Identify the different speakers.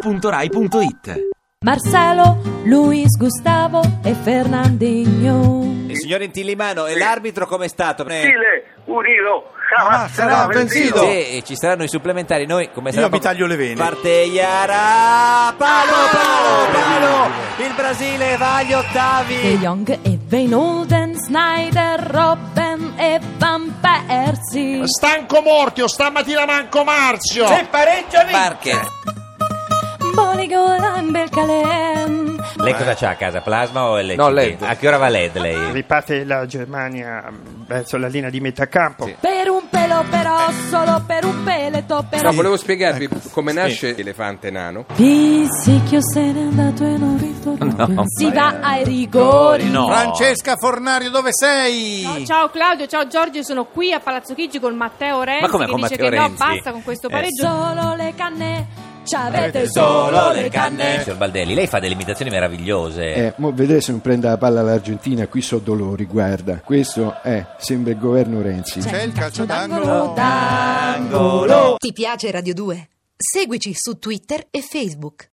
Speaker 1: radio2pod.rai.it
Speaker 2: Marcelo, Luis, Gustavo e Fernandinho.
Speaker 3: Il signor Intillimano, e l'arbitro com'è stato?
Speaker 4: Chile, unido, jamás será vencido.
Speaker 3: Sì, e ci saranno i supplementari, noi come sarà
Speaker 5: Io mi taglio le vene.
Speaker 3: Parte Iara, palo,
Speaker 6: Ah!
Speaker 3: palo, palo, il Brasile va agli
Speaker 2: De
Speaker 3: ottavi.
Speaker 2: Jong e Venoden, Snyder, Robben e Van Persie.
Speaker 7: Stanco Mortio, stamattina manco Marzio.
Speaker 3: Marquez.
Speaker 2: Boligola in Belcalem.
Speaker 3: Lei cosa c'ha a casa, plasma o LED?
Speaker 8: No, LED.
Speaker 3: A che ora va LED
Speaker 6: Ah,
Speaker 3: lei?
Speaker 9: Riparte la Germania mm, verso la linea di metà campo.
Speaker 2: Per un pelo però, solo per un peleto però.
Speaker 8: No, volevo spiegarvi
Speaker 10: Ecco.
Speaker 8: come nasce l'elefante nano.
Speaker 2: Pissicchio se n'è andato e non ritorna più. Si va ai rigori.
Speaker 1: No.
Speaker 5: Francesca Fornario, dove sei?
Speaker 6: No, ciao Claudio, ciao Giorgio, sono qui a Palazzo Chigi con Matteo Renzi
Speaker 3: Ma come
Speaker 6: che
Speaker 3: con
Speaker 6: dice
Speaker 3: Matteo
Speaker 6: che
Speaker 3: Renzi?
Speaker 6: no, basta con questo
Speaker 3: Eh,
Speaker 6: pareggio.
Speaker 2: Solo le canne, c'avete solo le canne.
Speaker 3: Signor Baldelli, lei fa delle imitazioni meravigliose.
Speaker 10: Eh, mo vedere se non prende la palla l'Argentina, qui so dolori, guarda. Questo è, sembra il governo Renzi.
Speaker 5: C'è il
Speaker 2: Solo
Speaker 5: calcio d'angolo.
Speaker 2: da-
Speaker 11: Ti piace Radio 2? Seguici su Twitter e Facebook.